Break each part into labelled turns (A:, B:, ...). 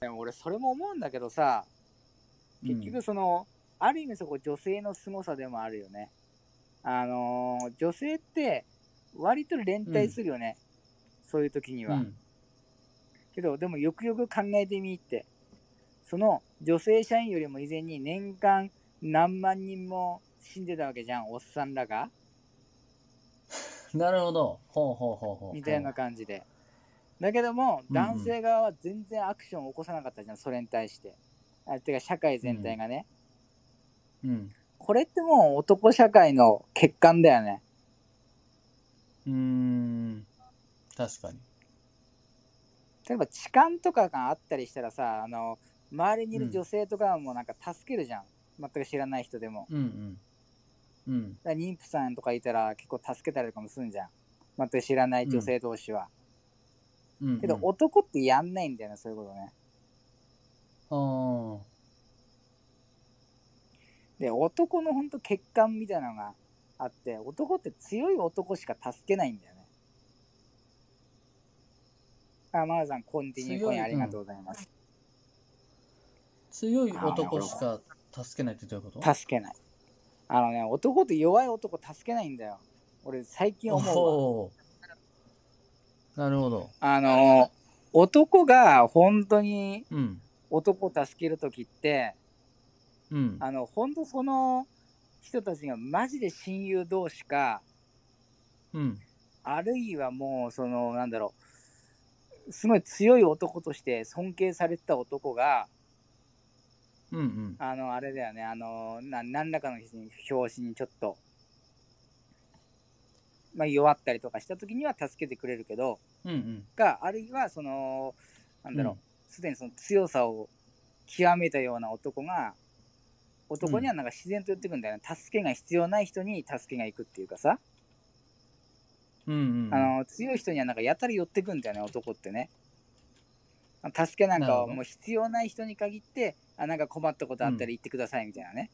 A: でも俺それも思うんだけどさ結
B: うん
A: 局その、ある意味そこ女性の凄さでもあるよねあのー女性って割と連帯するよね、そういう時には、
B: うん
A: けどでもよくよく考えてみってその女性社員よりも以前に年間何万人も死んでたわけじゃんおっさんらが
B: なるほど。ほうほうほうほう。
A: みたいな感じでだけども
B: うんうん
A: 男性側は全然アクションを起こさなかったじゃんそれに対してあてか社会全体がね、
B: うん。
A: これってもう男社会の欠陥だよね
B: うーん。確かに。
A: 例えば痴漢とかがあったりしたらさあの周りにいる女性とかもなんか助けるじゃん、全く知らない人でも
B: うんうん。うん。
A: だから妊婦さんとかいたら結構助けたりとかもするんじゃん全く知らない女性同士は、
B: うんうん。
A: けど男ってやんないんだよねそういうことね
B: ああ。
A: で男のほんと欠陥みたいなのがあって男って強い男しか助けないんだよねあマーさんコンティニューコインありがとうございます、
B: 強い男しか助けないってどういうこと
A: 助けないあのね男って弱い男助けないんだよ俺最近思うわ
B: おーなるほど。
A: あの男が本当に
B: うん。
A: 男を助ける時って
B: うん。
A: あの本当その人たちがマジで親友同士か
B: うん。
A: あるいはもうそのなんだろうすごい強い男として尊敬されてた男が
B: うんうん。
A: あのあれだよねあのな何らかの表紙にちょっと、まあ、弱ったりとかした時には助けてくれるけど
B: うんうん。
A: かあるいはそのなんだろう、すでにその強さを極めたような男が男にはなんか自然と言ってくんだよね、助けが必要ない人に助けが行くっていうかさ、
B: うんうんうん。
A: あ の強い人にはなんかやたら寄ってくんだよね男ってね助けなんか
B: なる
A: は
B: ほど
A: もう必要ない人に限ってあなんか困ったことあったら言ってくださいみたいなね、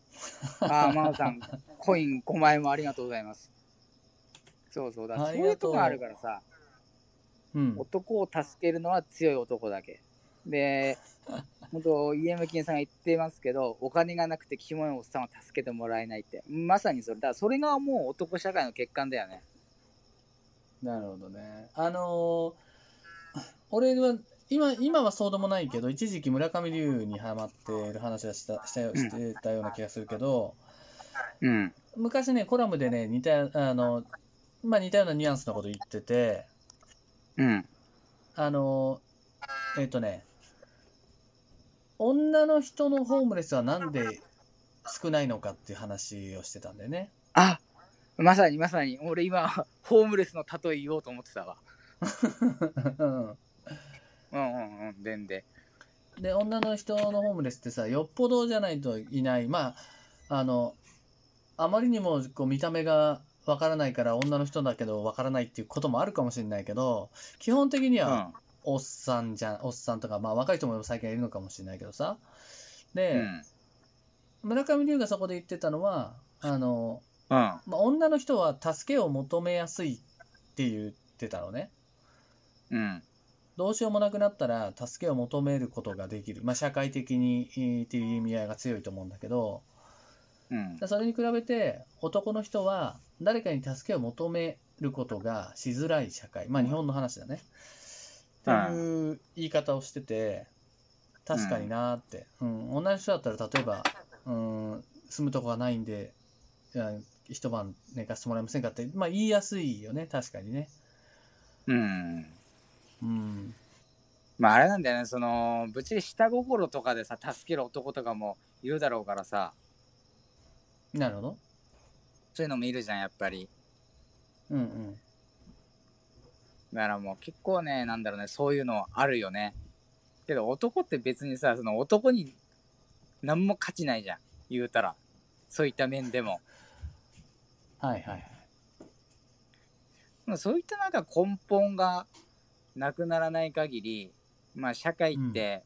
A: ああ真央さんコイン5枚もありがとうございますそうそうだからそ
B: あ
A: う
B: りが
A: いう
B: と
A: と
B: う
A: こあるからさ
B: うん。
A: 男を助けるのは強い男だけ。で、本当、家向金さんが言ってますけど、お金がなくてキモいおっさんは助けてもらえないって。まさにそれ。だからそれがもう男社会の欠陥だよね。
B: なるほどね。あのー俺は今、今はそうでもないけど、一時期村上龍にハマってる話はした、したよ、してたような気がするけど、
A: うん。
B: 昔ね、コラムでね、似た、あの、まあ似たようなニュアンスのこと言ってて、
A: うん。
B: あの、えっとね、女の人のホームレスはなんで少ないのかっていう話をしてたんだよね。
A: あまさにまさに。俺今、ホームレスの例え言おうと思ってたわ。
B: うん
A: うんうんうん。全然。
B: で、女の人のホームレスってさ、よっぽどじゃないといない、まあ、あの、あまりにもこう見た目がわからないから、女の人だけどわからないっていうこともあるかもしれないけど、基本的に
A: う
B: は
A: ん。
B: おっさんじゃん、おっさんとか、まあ若い人も最近はいるのかもしれないけどさ。
A: う
B: で、
A: ん。
B: 村上龍がそこで言ってたのは、あの、
A: うん。
B: まあ、女の人は助けを求めやすいって言ってたのね。
A: うん。
B: どうしようもなくなったら助けを求めることができる。まあ、社会的にえーっていう意味合いが強いと思うんだけど、
A: うん。
B: それに比べて男の人は誰かに助けを求めることがしづらい社会。まあ、日本の話だね。っていう言い方をしてて、確かになーって。うん、同じ人だったら例えば、うん、住むとこがないんで、じゃあ一晩寝かしてもらえませんかって、まあ、言いやすいよね、確かにね。
A: うん。
B: うん。
A: まああれなんだよね。その、ぶっちゃけ下心とかでさ、助ける男とかもいるだろうからさ、
B: なるほど。
A: そういうのもいるじゃん、やっぱり。
B: うんうん。
A: だからもう結構ね、なんだろうね、そういうのあるよね。けど男って別にさ、その男に何も価値ないじゃん。言うたら。そういった面でも。
B: はいはいはい。
A: まあそういったなんか根本がなくならない限り、まあ社会って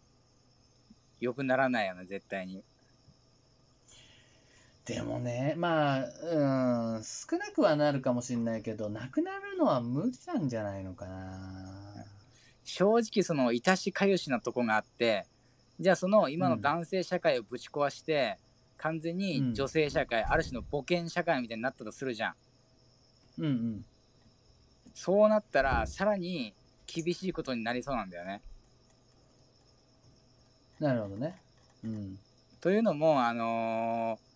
A: 良くならないよね、絶対に。
B: でもね、まあ、うん、少なくはなるかもしれないけど、なくなるのは無理なんじゃないのかな。
A: 正直そのいたしかゆしなとこがあってじゃあその今の男性社会をぶち壊して、完全に女性社会、ある種の母権社会みたいになったとするじゃん
B: うんうん。
A: そうなったらさらに厳しいことになりそうなんだよね
B: なるほどね。うん。
A: というのも、あのー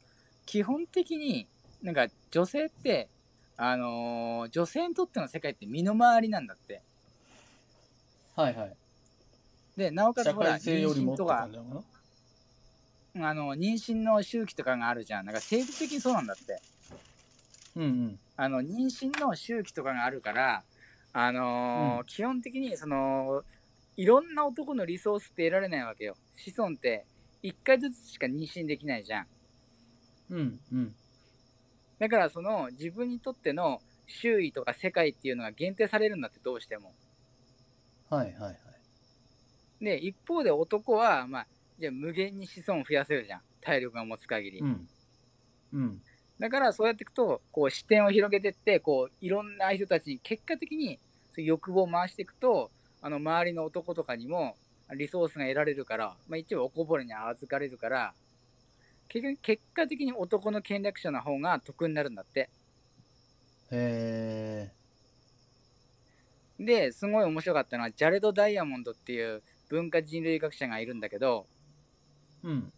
A: 基本的になんか女性って、あのー女性にとっての世界って身の回りなんだって
B: はいはい。
A: でなおかつ
B: 社
A: ほら
B: 会性
A: 妊
B: よりも
A: 娠
B: って
A: とか
B: 感じなのかな
A: あの妊娠の周期とかがあるじゃんなんか生理的にそうなんだって
B: うんうん。
A: あの妊娠の周期とかがあるから、あのー
B: うん
A: 基本的にそのいろんな男のリソースって得られないわけよ子孫って1回ずつしか妊娠できないじゃん
B: うんうん。
A: だからその自分にとっての周囲とか世界っていうのが限定されるんだってどうしても。
B: はいはいはい。
A: で一方で男は、まあ、じゃあ無限に子孫を増やせるじゃん体力が持つ限り。
B: うん。うん。
A: だからそうやっていくとこう視点を広げてってこういろんな人たちに結果的にそういう欲望を回していくとあの周りの男とかにもリソースが得られるから、まあ、一応おこぼれに預かれるから結局結果的に男の権力者の方が得になるんだって。
B: へえ。
A: で、すごい面白かったのは、ジャレド・ダイヤモンドっていう文化人類学者がいるんだけど、
B: うん。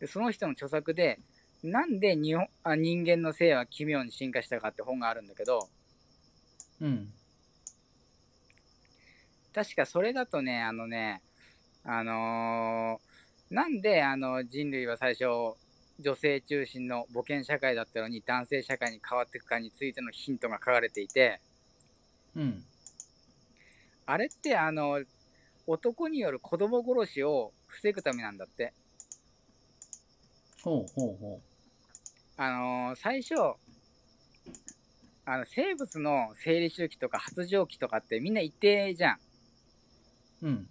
A: でその人の著作で、なんで日本あ人間の性は奇妙に進化したかって本があるんだけど、
B: うん。
A: 確かそれだとね、あのね、あのーなんであの人類は最初、女性中心の母権社会だったのに男性社会に変わっていくかについてのヒントが書かれていて、
B: うん。
A: あれってあの、男による子供殺しを防ぐためなんだって。
B: ほうほうほ
A: あのー最初あの生物の生理周期とか発情期とかってみんな一定じゃん
B: う。うん。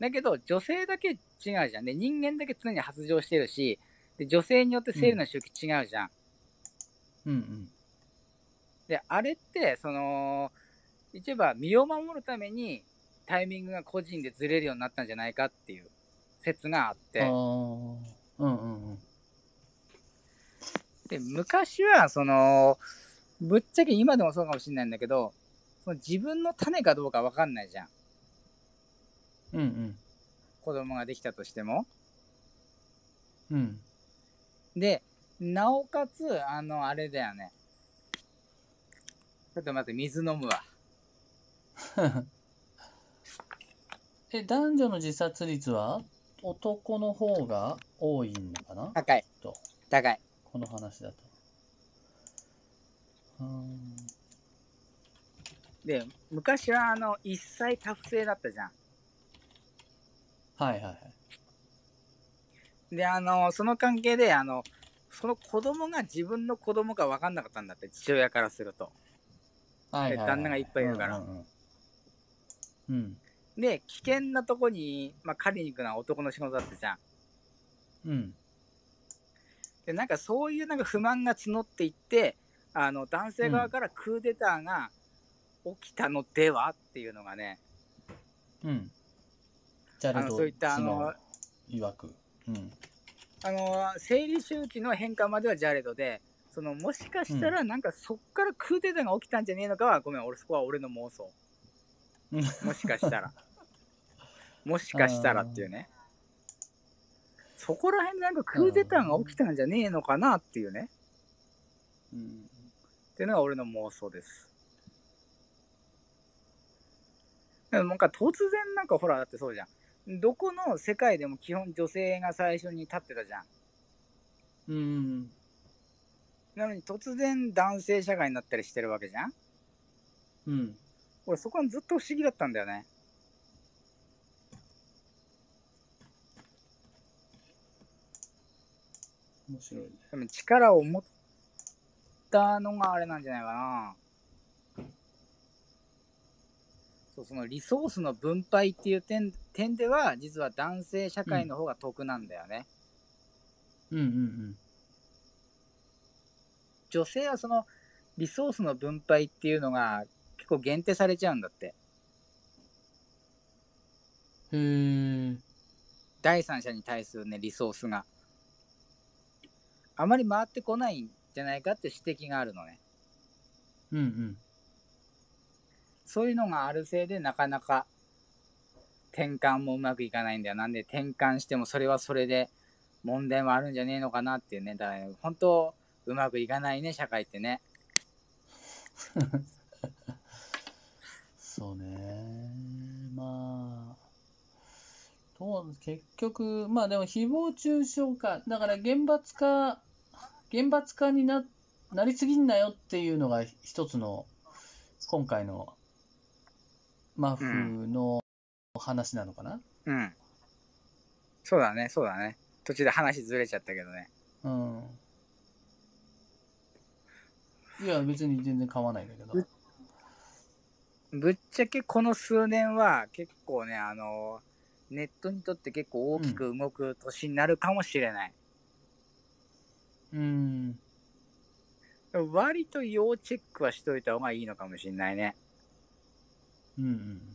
A: だけど女性だけ違うじゃんで人間だけ常に発情してるしで女性によって生理の周期違うじゃん、
B: うんうん。
A: であれってその一応は身を守るためにタイミングが個人でずれるようになったんじゃないかっていう説があって
B: ああ。うんうんうん。
A: で昔はそのぶっちゃけ今でもそうかもしれないんだけどその自分の種かどうか分かんないじゃん
B: うんうん。
A: 子供ができたとしても。
B: うん。
A: で、なおかつ、あの、あれだよね。ちょっと待って、水飲むわ。
B: え、男女の自殺率は男の方が多いのかな
A: 高い
B: どう。
A: 高い。
B: この話だと。うーん。
A: で、昔は、あの、一切多不正だったじゃ
B: はいはいはい。
A: ん。で、あの、その関係で、あの、その子供が自分の子供か分かんなかったんだって、父親からすると。
B: はいはい、はい。
A: 旦那がいっぱいいるから
B: うんうんうん。うん
A: で、危険なとこに、まあ、狩りに行くのは男の仕事だったじゃん。
B: うん。
A: で、なんかそういうなんか不満が募っていって、あの、男性側からクーデターが起きたのでは、っていうのがね、
B: うん。じゃあ、
A: あのそういったあの
B: 曰く。うん。
A: あの生理周期の変化まではジャレドでそのもしかしたらなんかそっからクーデターが起きたんじゃねえのかはごめん俺そこは俺の妄想
B: うん
A: もしかしたらもしかしたらっていうねそこら辺なんかクーデターが起きたんじゃねえのかなっていうね
B: うん。
A: っていうのが俺の妄想ですでもなんか突然なんかほらだってそうじゃんどこの世界でも基本女性が最初に立ってたじゃん
B: うん。
A: なのに突然男性社会になったりしてるわけじゃん
B: うん。
A: 俺そこはずっと不思議だったんだよね。
B: 面白いね。
A: でも力を持ったのがあれなんじゃないかな。そう、そのリソースの分配っていう点点では、実は男性社会の方が得なんだよね。
B: うんうん
A: 女性はそのリソースの分配っていうのが結構限定されちゃうんだって。
B: うーん。
A: 第三者に対するね、リソースが。あまり回ってこないんじゃないかって指摘があるのね。
B: うんうん。
A: そういうのがあるせいで、なかなか転換もうまくいかないんだよ。なんで転換してもそれはそれで問題もあるんじゃねえのかなっていうね。だから、本当、うまくいかないね、社会ってね。
B: そうね。まあ。どう結局、まあでも誹謗中傷か。だから厳罰化、厳罰化にな、なりすぎんなよっていうのが一つの、今回のマフの話なのかな。
A: うん。そうだね、そうだね。途中で話ずれちゃったけどね。
B: うん。いや、別に全然構わないんだけど。
A: ぶっちゃけこの数年は結構ね、あの、ネットにとって結構大きく動く年になるかもしれない。
B: うん。
A: 割と要チェックはしといた方がいいのかもしれないね。
B: うんうん。